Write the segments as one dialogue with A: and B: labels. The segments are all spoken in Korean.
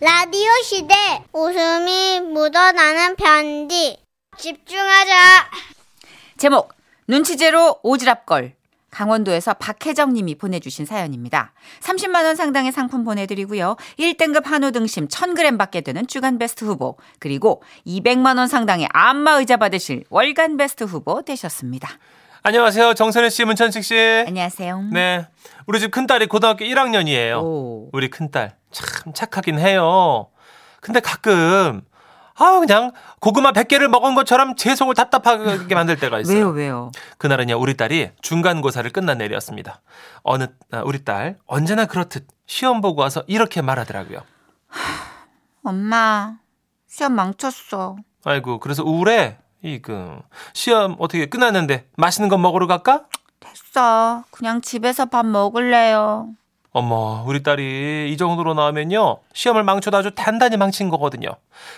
A: 라디오 시대 웃음이 묻어나는 편지 집중하자
B: 제목 눈치제로 오지랖걸 강원도에서 박혜정 님이 보내주신 사연입니다. 30만 원 상당의 상품 보내드리고요. 1등급 한우 등심 1000g 받게 되는 주간베스트 후보 그리고 200만 원 상당의 안마의자 받으실 월간베스트 후보 되셨습니다.
C: 안녕하세요. 정선혜 씨, 문천식 씨.
B: 안녕하세요.
C: 네. 어, 우리 집 큰딸이 고등학교 1학년이에요.
B: 오.
C: 우리 큰딸. 참 착하긴 해요. 근데 가끔, 아, 그냥 고구마 100개를 먹은 것처럼 제 속을 답답하게 만들 때가 있어요.
B: 왜요 왜요?
C: 그날은요, 우리 딸이 중간고사를 끝난 내렸습니다. 어느, 아, 우리 딸, 언제나 그렇듯 시험 보고 와서 이렇게 말하더라고요.
B: 엄마 시험 망쳤어.
C: 아이고, 그래서 우울해. 이그 시험 어떻게 끝났는데 맛있는 거 먹으러 갈까?
B: 됐어. 그냥 집에서 밥 먹을래요.
C: 어머, 우리 딸이 이 정도로 나오면요. 시험을 망쳐도 아주 단단히 망친 거거든요.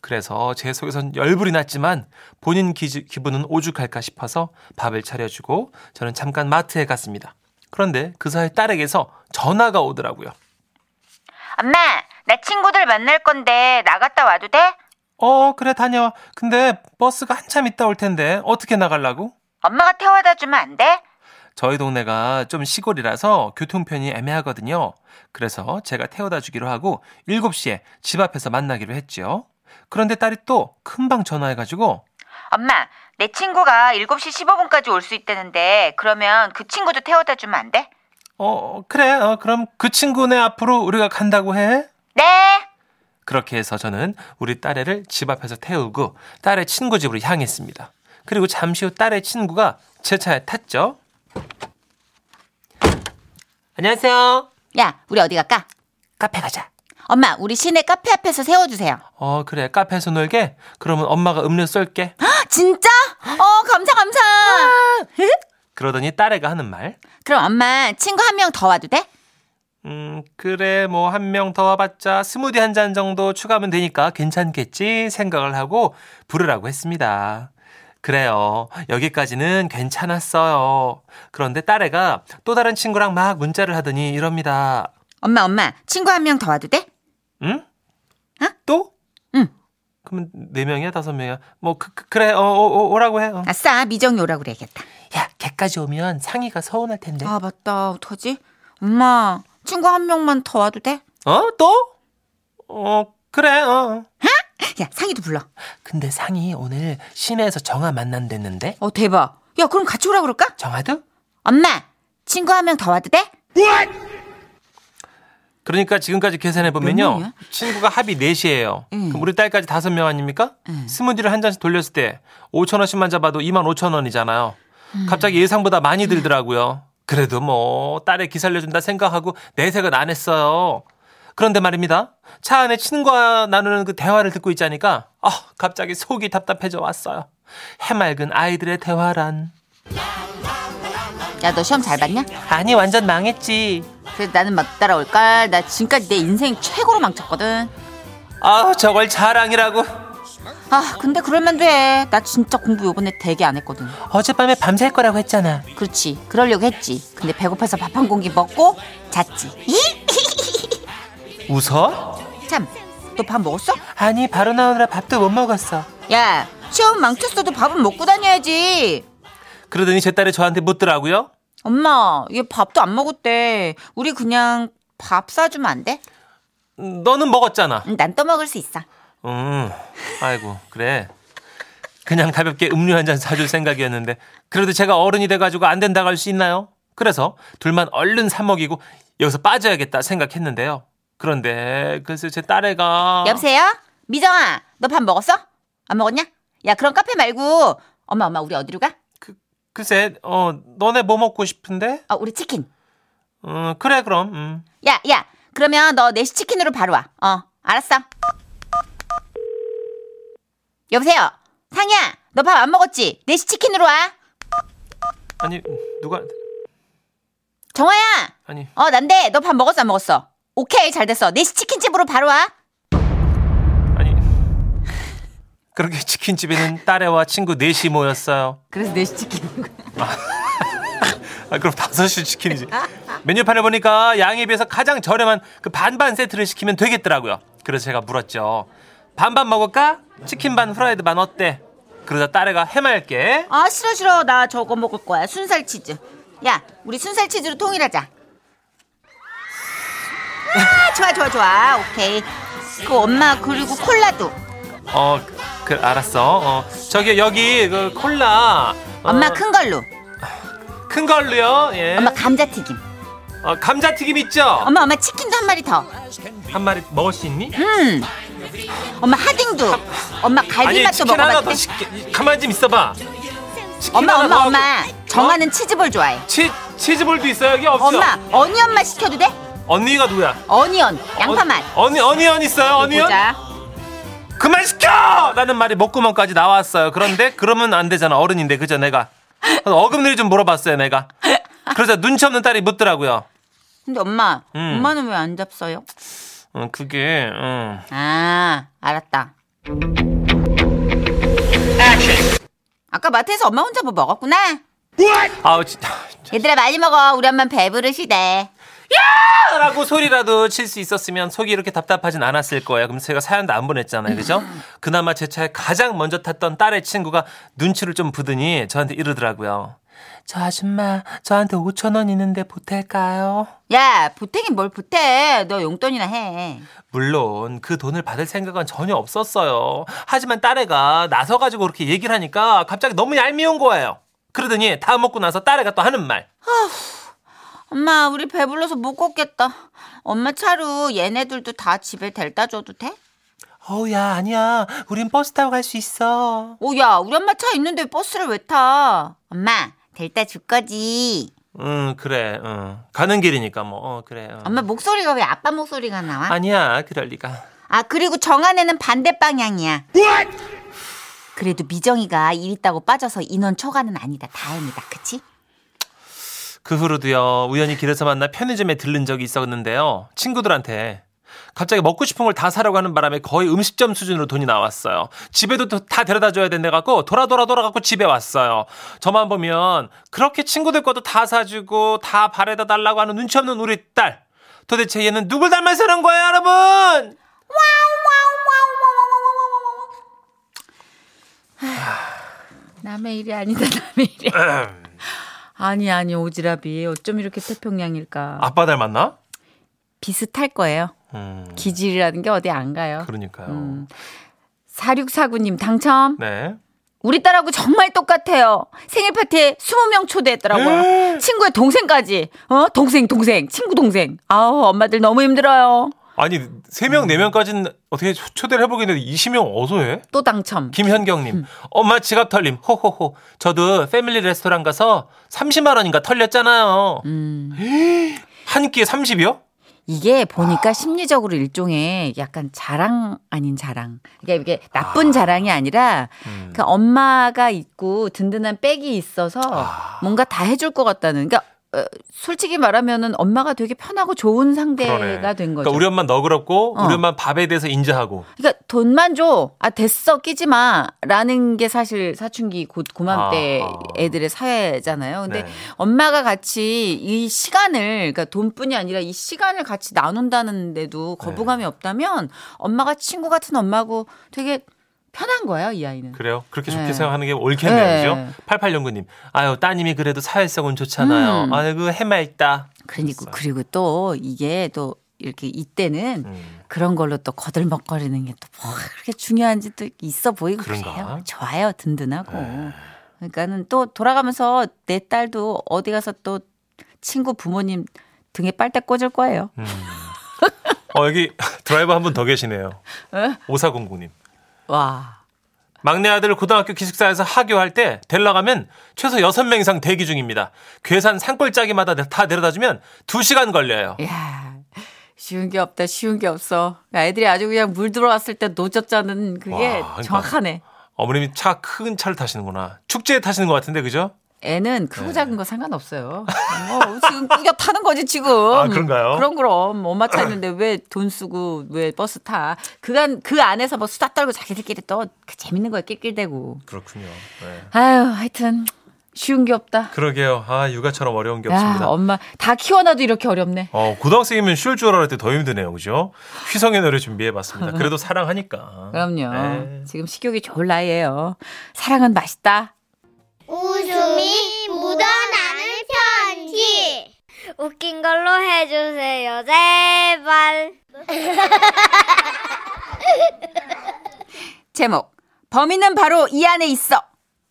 C: 그래서 제 속에선 열불이 났지만 본인 기지, 기분은 오죽할까 싶어서 밥을 차려주고 저는 잠깐 마트에 갔습니다. 그런데 그 사이 딸에게서 전화가 오더라고요.
B: 엄마 나 친구들 만날 건데 나갔다 와도 돼?
C: 어, 그래, 다녀와. 근데 버스가 한참 있다 올 텐데 어떻게 나가려고?
B: 엄마가 태워다 주면 안 돼?
C: 저희 동네가 좀 시골이라서 교통편이 애매하거든요. 그래서 제가 태워다 주기로 하고 7시에 집 앞에서 만나기로 했지요. 그런데 딸이 또 금방 전화해가지고
B: 엄마, 내 친구가 7시 15분까지 올 수 있다는데 그러면 그 친구도 태워다 주면 안 돼?
C: 어 그래 어, 그럼 그 친구네 앞으로 우리가 간다고 해.
B: 네.
C: 그렇게 해서 저는 우리 딸애를 집 앞에서 태우고 딸의 친구 집으로 향했습니다. 그리고 잠시 후 딸의 친구가 제 차에 탔죠. 안녕하세요.
B: 야, 우리 어디 갈까?
C: 카페 가자.
B: 엄마, 우리 시내 카페 앞에서 세워 주세요.
C: 어 그래 카페에서 놀게. 그러면 엄마가 음료 쏠게.
B: 아? 진짜? 어, 감사 감사. 아.
C: 그러더니 딸애가 하는 말.
B: 그럼 엄마 친구 한 명 더 와도 돼?
C: 음, 그래, 뭐, 한 명 더 와봤자 스무디 한 잔 정도 추가하면 되니까 괜찮겠지 생각을 하고 부르라고 했습니다. 그래요. 여기까지는 괜찮았어요. 그런데 딸애가 또 다른 친구랑 막 문자를 하더니 이럽니다.
B: 엄마, 엄마, 친구 한 명 더 와도 돼?
C: 응?
B: 어?
C: 또?
B: 응.
C: 그러면 네 명이야, 다섯 명이야? 뭐, 그, 그, 그래, 어, 어, 어, 오라고 해. 어.
B: 아싸, 미정이 오라고 그래야겠다.
C: 야, 걔까지 오면 상의가 서운할 텐데.
B: 아, 맞다. 어떡하지? 엄마, 친구 한 명만 더 와도 돼?
C: 어? 또? 어, 그래, 어.
B: 야, 상희도 불러.
C: 근데 상이 오늘 시내에서 정아 만난댔는데
B: 어, 대박. 야, 그럼 같이 오라 그럴까?
C: 정아도?
B: 엄마, 친구 한 명 더 와도 돼?
C: 그러니까 지금까지 계산해
B: 몇
C: 보면요
B: 명이야? 예.
C: 친구가 합이 넷이에요
B: 응.
C: 그럼 우리 딸까지 다섯 명 아닙니까?
B: 예.
C: 스무디를 한 잔씩 돌렸을 때 5천 원씩만 잡아도 2만 5천 원이잖아요
B: 음.
C: 갑자기 예상보다 많이 들더라고요 그래도 뭐 딸의 기 살려준다 생각하고 내색은 안 했어요 그런데 말입니다 차 안에 친구와 나누는 그 대화를 듣고 있자니까 아 갑자기 속이 답답해져 왔어요 해맑은 아이들의 대화란
B: 야, 너 시험 잘 봤냐?
C: 아니 완전 망했지
B: 그래서 나는 막 따라올걸. 나 지금까지 내 인생 최고로 망쳤거든.
C: 아 저걸 자랑이라고
B: 아, 근데 그럴만 돼. 나 진짜 공부 요번에 되게 안 했거든.
C: 어젯밤에 밤샐 거라고 했잖아
B: 그렇지. 그러려고 했지. 근데 배고파서 밥 한 공기 먹고 잤지. 이?
C: 웃어?
B: 참, 너 밥 먹었어?
C: 아니 바로 나오느라 밥도 못 먹었어
B: 야, 시험 망쳤어도 밥은 먹고 다녀야지.
C: 그러더니 제 딸이 저한테 묻더라고요
B: 엄마, 얘 밥도 안 먹었대. 우리 그냥 밥 사주면 안 돼?
C: 음, 너는 먹었잖아
B: 응, 난 떠먹을 수 있어.
C: 음 아이고 그래 그냥 가볍게 음료 한 잔 사줄 생각이었는데 그래도 제가 어른이 돼가지고 안 된다고 할 수 있나요? 그래서 둘만 얼른 사 먹이고 여기서 빠져야겠다 생각했는데요 그런데 글쎄 제 딸애가
B: 여보세요? 미정아, 너 밥 먹었어? 안 먹었냐? 야, 그럼 카페 말고 엄마, 엄마, 우리 어디로 가?
C: 글쎄 어 너네 뭐 먹고 싶은데?
B: 어, 우리 치킨.
C: 음 그래 그럼 음.
B: 야, 야, 그러면 너 4시 치킨으로 바로 와. 어, 알았어. 여보세요? 상이야, 너 밥 안 먹었지? 4시 치킨으로 와.
C: 아니 누가
B: 정화야,
C: 아니
B: 어, 난데, 너 밥 먹었어, 안 먹었어? 오케이, 잘 됐어. 4시 치킨집으로 바로 와.
C: 아니 그렇게 치킨집에는 딸애와 친구 넷이 모였어요.
B: 그래서 4시 치킨.
C: 아, 그럼 다섯 시 치킨이지. 메뉴판을 보니까 양에 비해서 가장 저렴한 그 반반 세트를 시키면 되겠더라고요. 그래서 제가 물었죠. 반반 먹을까? 치킨 반, 후라이드 반 어때? 그러자 딸애가 해맑게
B: 아 싫어 싫어 나 저거 먹을 거야 순살 치즈 야 우리 순살 치즈로 통일하자 아 좋아 좋아 좋아 오케이 그 엄마 그리고 콜라도
C: 어, 그 알았어. 어, 저기 여기 그 콜라 어,
B: 엄마 큰 걸로
C: 큰 걸로요. 예.
B: 엄마 감자튀김
C: 어, 감자튀김 있죠?
B: 엄마 엄마 치킨도 한 마리 더
C: 한 마리 먹을 수 있니?
B: 음. 엄마 하딩도 엄마
C: 아니
B: 갈비맛도
C: 치킨 하나
B: 먹어봤대
C: 더 시키. 가만 좀 있어봐. 치킨
B: 엄마
C: 하나
B: 엄마
C: 더
B: 엄마
C: 하고-
B: 정하는 치즈볼 좋아해
C: 치 치즈볼도 있어 여기 없어.
B: 엄마 어니언맛 시켜도 돼?
C: 언니가 누구야?
B: 어니언 양파맛
C: 어, 언니 언니언 있어요 언니언.
B: 보자
C: 그만 시켜! 라는 말이 목구멍까지 나왔어요. 그런데 그러면 안 되잖아. 어른인데 그죠 내가. 그래서 어금니를 좀 물어봤어요 내가. 그래서 눈치 없는 딸이 묻더라고요.
B: 근데 엄마
C: 음.
B: 엄마는 왜 안 잡숴요?
C: 음, 그게 음.
B: 아, 알았다. 아까 마트에서 엄마 혼자 뭐 먹었구나.
C: 아우 진짜
B: 얘들아 많이 먹어. 우리 엄마 배부르시대.
C: 라고 소리라도 칠 수 있었으면 속이 이렇게 답답하진 않았을 거예요. 그럼 제가 사연도 안 보냈잖아요. 그죠? 그나마 제 차에 가장 먼저 탔던 딸의 친구가 눈치를 좀 부더니 저한테 이러더라고요. 저 아줌마 저한테 5천 원 있는데 보탤까요?
B: 야, 보태긴 뭘 보태. 너 용돈이나 해.
C: 물론 그 돈을 받을 생각은 전혀 없었어요. 하지만 딸애가 나서가지고 그렇게 얘기를 하니까 갑자기 너무 얄미운 거예요. 그러더니 다 먹고 나서 딸애가 또 하는 말.
B: 엄마, 우리 배불러서 못 걷겠다. 엄마 차로 얘네들도 다 집에 델다 줘도 돼?
C: 어우 야 아니야 우린 버스 타고 갈 수 있어.
B: 오, 야, 우리 엄마 차 있는데 버스를 왜 타? 엄마, 델다 줄 거지.
C: 응 그래 응. 가는 길이니까 뭐 어, 그래. 응.
B: 엄마 목소리가 왜 아빠 목소리가 나와?
C: 아니야 그럴 리가.
B: 아 그리고 정한에는 반대 방향이야. 그래도 미정이가 일 있다고 빠져서 인원 초과는 아니다. 다행이다. 그치?
C: 그 후로도요 우연히 길에서 만나 편의점에 들른 적이 있었는데요 친구들한테 갑자기 먹고 싶은 걸 다 사려고 하는 바람에 거의 음식점 수준으로 돈이 나왔어요 집에도 또 다 데려다 줘야 된대 갖고 돌아 돌아 돌아 갖고 집에 왔어요 저만 보면 그렇게 친구들 것도 다 사주고 다 바래다 달라고 하는 눈치 없는 우리 딸 도대체 얘는 누굴 닮아서 그런 거예요 여러분
B: 아, 남의 일이 아니다. 남의 일이. 아니 아니 오지랖이 어쩜 이렇게 태평양일까?
C: 아빠 닮았나?
B: 비슷할 거예요.
C: 음
B: 기질이라는 게 어디 안 가요.
C: 그러니까요
B: 음. 사육사구님 당첨.
C: 네
B: 우리 딸하고 정말 똑같아요. 생일 파티에 20명 초대했더라고요. 친구의 동생까지. 어? 동생, 동생, 친구 동생. 아우, 엄마들 너무 힘들어요.
C: 아니
B: 음.
C: 3명 4명까지는 어떻게 초- 초대를 해보겠는데 20명 어서 해?
B: 또 당첨. 음.
C: 김현경님, 엄마 지갑 털림, 호호호. 저도 패밀리 레스토랑 가서 30만 원인가 털렸잖아요.
B: 음.
C: 한 끼에 30이요?
B: 이게 보니까 심리적으로 일종의 약간 자랑 아닌 자랑. 그러니까 이게
C: 아.
B: 나쁜 자랑이 아니라
C: 음.
B: 그 엄마가 있고 든든한 백이 있어서
C: 아.
B: 뭔가 다 해줄 것 같다는. 그러니까 어, 솔직히 말하면은 엄마가 되게 편하고 좋은 상대가 된 거죠.
C: 그러니까 우리 엄마 너그럽고
B: 어.
C: 우리 엄마 밥에 대해서 인자하고.
B: 그러니까 돈만 줘. 아 됐어 끼지 마라는 게 사실 사춘기 곧 고맘때
C: 아.
B: 애들의 사회잖아요. 근데
C: 네.
B: 엄마가 같이 이 시간을 그러니까 돈뿐이 아니라 이 시간을 같이
C: 네.
B: 나눈다는데도 거부감이 없다면 엄마가 친구 같은 엄마고 되게 편한 거예요, 이 아이는.
C: 그래요? 그렇게 좋게
B: 네.
C: 생각하는 게 옳겠네요.
B: 네.
C: 그죠? 8809님, 아유, 따님이 그래도 사회성은 좋잖아요.
B: 음.
C: 아이고, 해맑다.
B: 그러니까 그리고
C: 그렇죠.
B: 그리고 또 이게 또 이렇게 이때는
C: 음.
B: 그런 걸로 또 거들먹거리는 게 또뭐 그렇게 중요한지 또 있어 보이고 그래요
C: 그런가? 네.
B: 좋아요, 든든하고. 그러니까는 또 돌아가면서 내 딸도 어디 가서 또 친구 부모님 등에 빨대 꽂을 거예요.
C: 음. 어, 여기 드라이버 한 분 더 계시네요.
B: 에?
C: 5409님.
B: 와.
C: 막내 아들 고등학교 기숙사에서 하교할 때 데리러 가면 최소 6명 이상 대기 중입니다. 괴산 산골짜기마다 다 데려다 주면 2시간 걸려요.
B: 야. 쉬운 게 없다. 쉬운 게 없어. 그러니까 애들이 아주 그냥 물 들어왔을 때 노젓자는 그게
C: 와, 그러니까.
B: 정확하네.
C: 어머님이 차 큰 차를 타시는구나. 축제에 타시는 것 같은데 그죠?
B: 애는
C: 네.
B: 크고 작은 거 상관없어요. 뭐 지금 꾸겨 타는 거지 지금.
C: 아, 그런가요?
B: 그럼 그럼 엄마 차 있는데 왜 돈 쓰고 왜 버스 타? 그간 그 안에서 뭐그 수다 떨고 자기들끼리 또그 재밌는 거에 낄낄대고.
C: 그렇군요.
B: 아유 하여튼 쉬운 게 없다.
C: 그러게요. 아, 육아처럼 어려운 게
B: 야,
C: 없습니다.
B: 엄마 다 키워놔도 이렇게 어렵네.
C: 어, 고등학생이면 쉬울 줄 알았을 때 더 힘드네요. 그죠? 휘성의 노래 준비해봤습니다. 그래도 사랑하니까.
B: 그럼요.
C: 네.
B: 지금 식욕이 좋을 나이에요. 사랑은 맛있다.
A: 웃음이 묻어나는 편지. 웃긴 걸로 해주세요, 제발.
B: 제목 범인은 바로 이 안에 있어.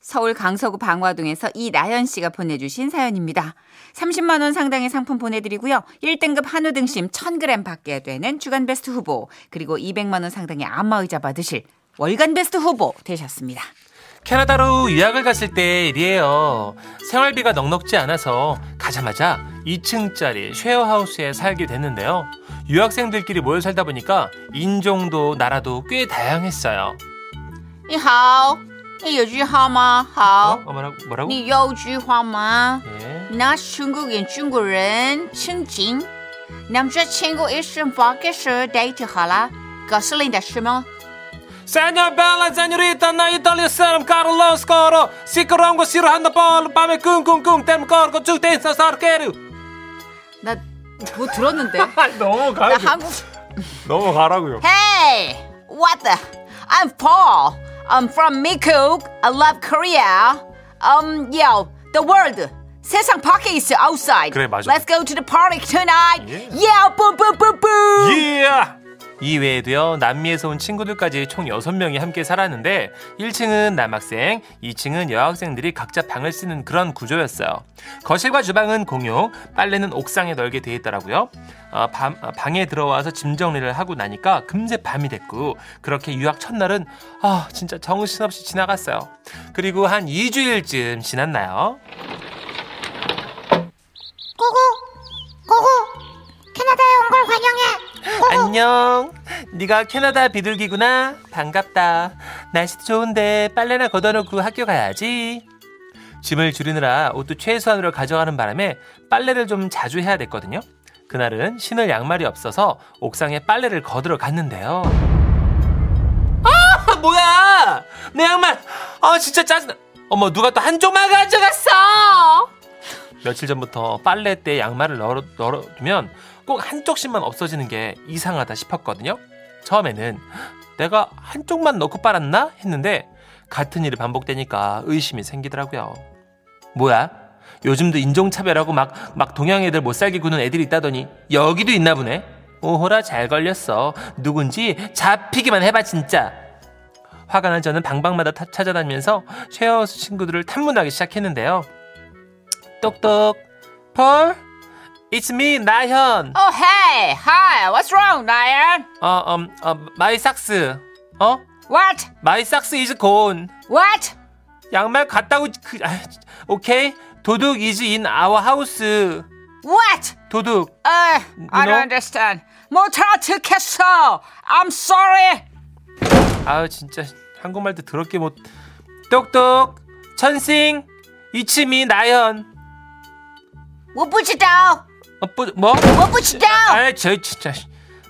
B: 서울 강서구 방화동에서 이나연 씨가 보내주신 사연입니다. 30만 원 상당의 상품 보내드리고요. 1등급 한우 등심 1000g 받게 되는 주간베스트 후보 그리고 200만 원 상당의 안마의자 받으실 월간베스트 후보 되셨습니다.
C: 캐나다로 유학을 갔을 때 일이에요. 생활비가 넉넉지 않아서 가자마자 2층짜리 쉐어하우스에 살게 됐는데요. 유학생들끼리 모여 살다 보니까 인종도 나라도 꽤 다양했어요.
B: 你好,你有句话吗?
C: 어?
B: 好,
C: 어, 뭐라고? 뭐라고?
B: 네. 你有句话吗?
C: 예.
B: 나 중국인 중국인 칭진 남자친구 있음 밖에서 데이트하라 거슬린다 쓰면
C: 세뇨 벨라 세뇨리타 나 이탈리아 사람 카를로스 코로 시끄러운 거 싫어한다 볼 밤에 쿵쿵쿵 땜 걸고 죽대서 사르케르
B: 나 뭐 들었는데 나
C: 너무 가라고
B: 한국
C: 너무 가라고요
B: Hey what the I'm Paul I'm from Mikuk I love Korea Um yo the world 세상 밖에 있어 outside
C: 그래, 맞아.
B: Let's go to the party tonight
C: 예.
B: Yeah boom boom boom boom
C: 이야! 예! 이 외에도요 남미에서 온 친구들까지 총 6명이 함께 살았는데 1층은 남학생, 2층은 여학생들이 각자 방을 쓰는 그런 구조였어요. 거실과 주방은 공용, 빨래는 옥상에 널게 돼 있더라고요. 아, 밤- 아, 방에 들어와서 짐 정리를 하고 나니까 금세 밤이 됐고 그렇게 유학 첫날은 아 진짜 정신없이 지나갔어요. 그리고 한 2주일쯤 지났나요?
A: 고고, 고고. 캐나다에 온 걸 환영해.
C: 안녕. 네가 캐나다 비둘기구나. 반갑다. 날씨도 좋은데 빨래나 걷어놓고 학교 가야지. 짐을 줄이느라 옷도 최소한으로 가져가는 바람에 빨래를 좀 자주 해야 됐거든요. 그날은 신을 양말이 없어서 옥상에 빨래를 거들어 갔는데요. 아 뭐야? 내 양말. 아 진짜 짜증나. 어머 누가 또 한쪽만 가져갔어.
B: oh,
C: 며칠 전부터 빨래 때 양말을 널어, 널어두면 꼭 한쪽씩만 없어지는 게 이상하다 싶었거든요. 처음에는 내가 한쪽만 넣고 빨았나 했는데 같은 일이 반복되니까 의심이 생기더라고요. 뭐야? 요즘도 인종차별하고 막, 막 동양 애들 못 살게 구는 애들이 있다더니 여기도 있나 보네? 오호라 잘 걸렸어. 누군지 잡히기만 해봐 진짜. 화가 난 저는 방방마다 타- 찾아다니면서 쉐어하우스 친구들을 탐문하기 시작했는데요. 똑똑 펄 It's me 나현
B: Oh hey hi what's wrong Ryan
C: 어, 음, 어, 마이 삭스 어?
B: What
C: 마이 삭스 이즈 곤
B: what
C: 양말 갔다고 그, 아, 진짜. 오케이 도둑 이즈 인 아워 하우스
B: what
C: 도둑
B: Uh, I
C: No.
B: don't understand. 못 알아듣겠어. I'm sorry.
C: 아우 진짜 한국말도 더럽게 못 똑똑 천싱 이치미 나현
B: 我不知道.
C: 어, 뿌- 뭐?
B: 我不知道.
C: 아이 저 진짜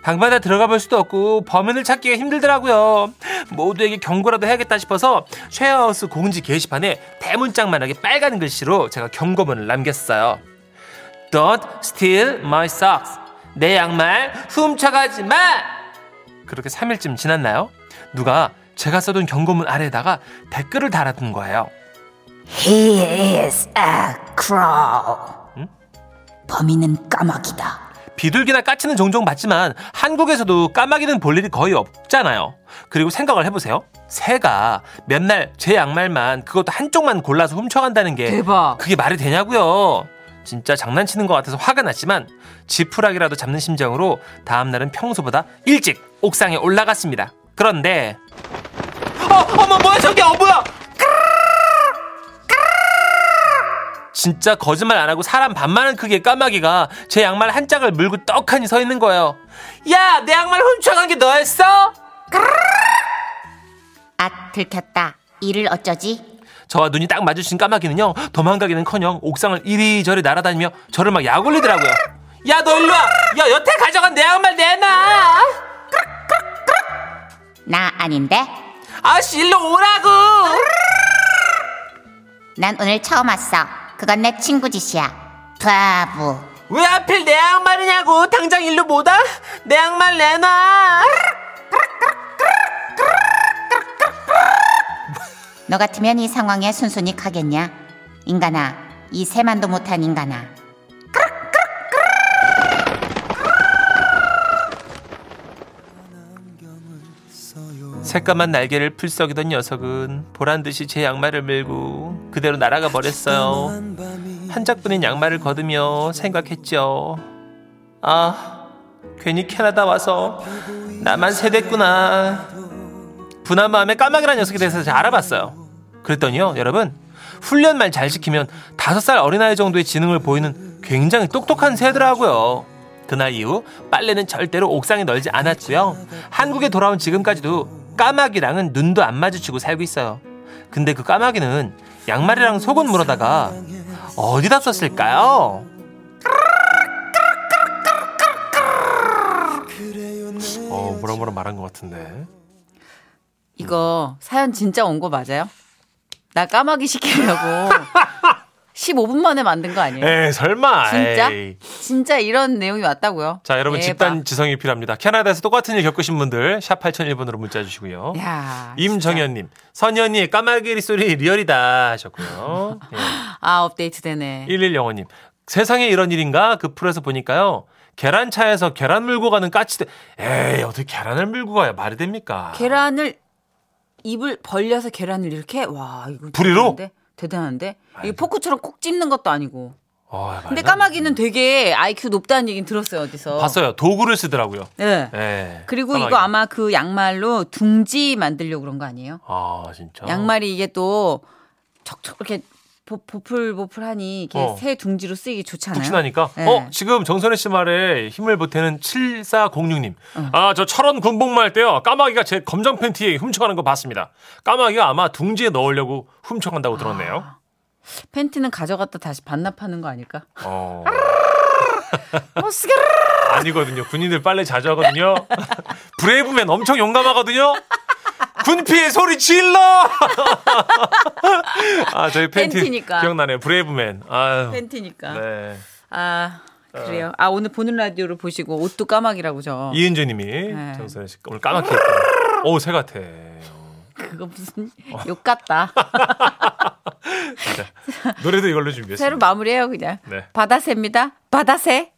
C: 방마다 들어가 볼 수도 없고 범인을 찾기가 힘들더라고요. 모두에게 경고라도 해야겠다 싶어서 쉐어하우스 공지 게시판에 대문짝만하게 빨간 글씨로 제가 경고문을 남겼어요. Don't steal my socks. 내 양말 훔쳐가지 마. 그렇게 3일쯤 지났나요? 누가 제가 써둔 경고문 아래에다가 댓글을 달아둔 거예요.
B: He is a crow. 범인은 까마귀다.
C: 비둘기나 까치는 종종 봤지만 한국에서도 까마귀는 볼 일이 거의 없잖아요. 그리고 생각을 해보세요. 새가 맨날 제 양말만 그것도 한쪽만 골라서 훔쳐간다는 게
B: 대박.
C: 그게 말이 되냐고요. 진짜 장난치는 것 같아서 화가 났지만 지푸라기라도 잡는 심정으로 다음날은 평소보다 일찍 옥상에 올라갔습니다. 그런데 어, 어머 뭐야 저게 어 뭐야 진짜 거짓말 안 하고 사람 반만한 크기의 까마귀가 제 양말 한 짝을 물고 떡하니 서 있는 거예요. 야, 내 양말 훔쳐간 게 너였어?
D: 아, 들켰다. 이를 어쩌지?
C: 저와 눈이 딱 마주친 까마귀는요, 도망가기는커녕 옥상을 이리저리 날아다니며 저를 막 약올리더라고요. 야, 너 일로 와! 야, 여태 가져간 내 양말 내놔!
D: 나 아닌데?
C: 아씨, 일로 오라고!
D: 난 오늘 처음 왔어. 그건 내 친구 짓이야. 바보.
E: 왜 하필 내 양말이냐고 당장 일로 못 와? 내 양말 내놔
D: 너 같으면 이 상황에 순순히 가겠냐? 인간아, 이 세만도 못한 인간아.
C: 새까만 날개를 풀썩이던 녀석은 보란 듯이 제 양말을 밀고 그대로 날아가 버렸어요. 한 짝뿐인 양말을 걷으며 생각했죠. 아, 괜히 캐나다 와서 나만 세댔구나. 분한 마음에 까마귀라는 녀석에 대해서 제가 알아봤어요. 그랬더니요, 여러분. 훈련만 잘 시키면 다섯 살 어린아이 정도의 지능을 보이는 굉장히 똑똑한 새더라고요. 그날 이후 빨래는 절대로 옥상에 널지 않았고요. 한국에 돌아온 지금까지도 까마귀랑은 눈도 안 마주치고 살고 있어요. 근데 그 까마귀는 양말이랑 속은 물어다가 어디다 썼을까요? 어, 뭐라 뭐라 말한 것 같은데.
B: 이거 사연 진짜 온 거 맞아요? 나 까마귀 시키려고 15분 만에 만든 거 아니에요?
C: 에 네, 설마.
B: 네. 진짜?
C: 에이.
B: 진짜 이런 내용이 왔다고요?
C: 자, 여러분
B: 대박.
C: 집단 지성이 필요합니다. 캐나다에서 똑같은 일 겪으신 분들 샵 8001번으로 문자 주시고요.
B: 야,
C: 임정현 님. 선현이 까마귀 소리 리얼이다 하셨고요.
B: 진짜. 아, 업데이트 되네.
C: 1105 님. 세상에 이런 일인가? 그 풀에서 보니까요. 계란차에서 계란 물고 가는 까치들. 에이, 어떻게 계란을 물고 가요? 말이 됩니까?
B: 계란을 입을 벌려서 계란을 이렇게 와, 이거
C: 부리로?
B: 대단한데? 대단한데? 이게
C: 말도-
B: 포크처럼 콕 찝는 것도 아니고.
C: 어, 말도
B: 근데
C: 안
B: 까마귀는 되게 IQ 높다는 얘긴 들었어요, 어디서.
C: 봤어요. 도구를 쓰더라고요.
B: 네.
C: 예.
B: 그리고
C: 까마귀.
B: 이거 아마 그 양말로 둥지 만들려고 그런 거 아니에요?
C: 아, 진짜.
B: 양말이 이게 또 척척 이렇게 보, 풀보풀하니 이게
C: 어.
B: 새 둥지로 쓰이기 좋잖아요.
C: 푹신하니까.
B: 네.
C: 어, 지금 정선혜 씨 말에 힘을 보태는 7406님.
B: 어.
C: 아, 저 철원 군복무 할 때요. 까마귀가 제 검정 팬티에 훔쳐가는 거 봤습니다. 까마귀가 아마 둥지에 넣으려고 훔쳐간다고 들었네요.
B: 아. 팬티는 가져갔다 다시 반납하는 거 아닐까?
C: 어,
B: 어, 쓰게
C: 아니거든요. 군인들 빨래 자주 하거든요. 브레이브맨 엄청 용감하거든요. 군피에 소리 질러! 아, 저희 팬티
B: 팬티니까.
C: 기억나네요. 브레이브맨. 아유.
B: 팬티니까.
C: 네. 어.
B: 아 그래요. 아 오늘 보는 라디오를 보시고 옷도 까마귀라고 저.
C: 이은주 님이
B: 네.
C: 정선혜 씨 오늘 까맣게 했다. 오, 새 같아.
B: 그거 무슨
C: 어.
B: 욕 같다.
C: 자, 노래도 이걸로 준비했습니다.
B: 새로 마무리해요 그냥.
C: 네.
B: 바다새입니다. 바다새.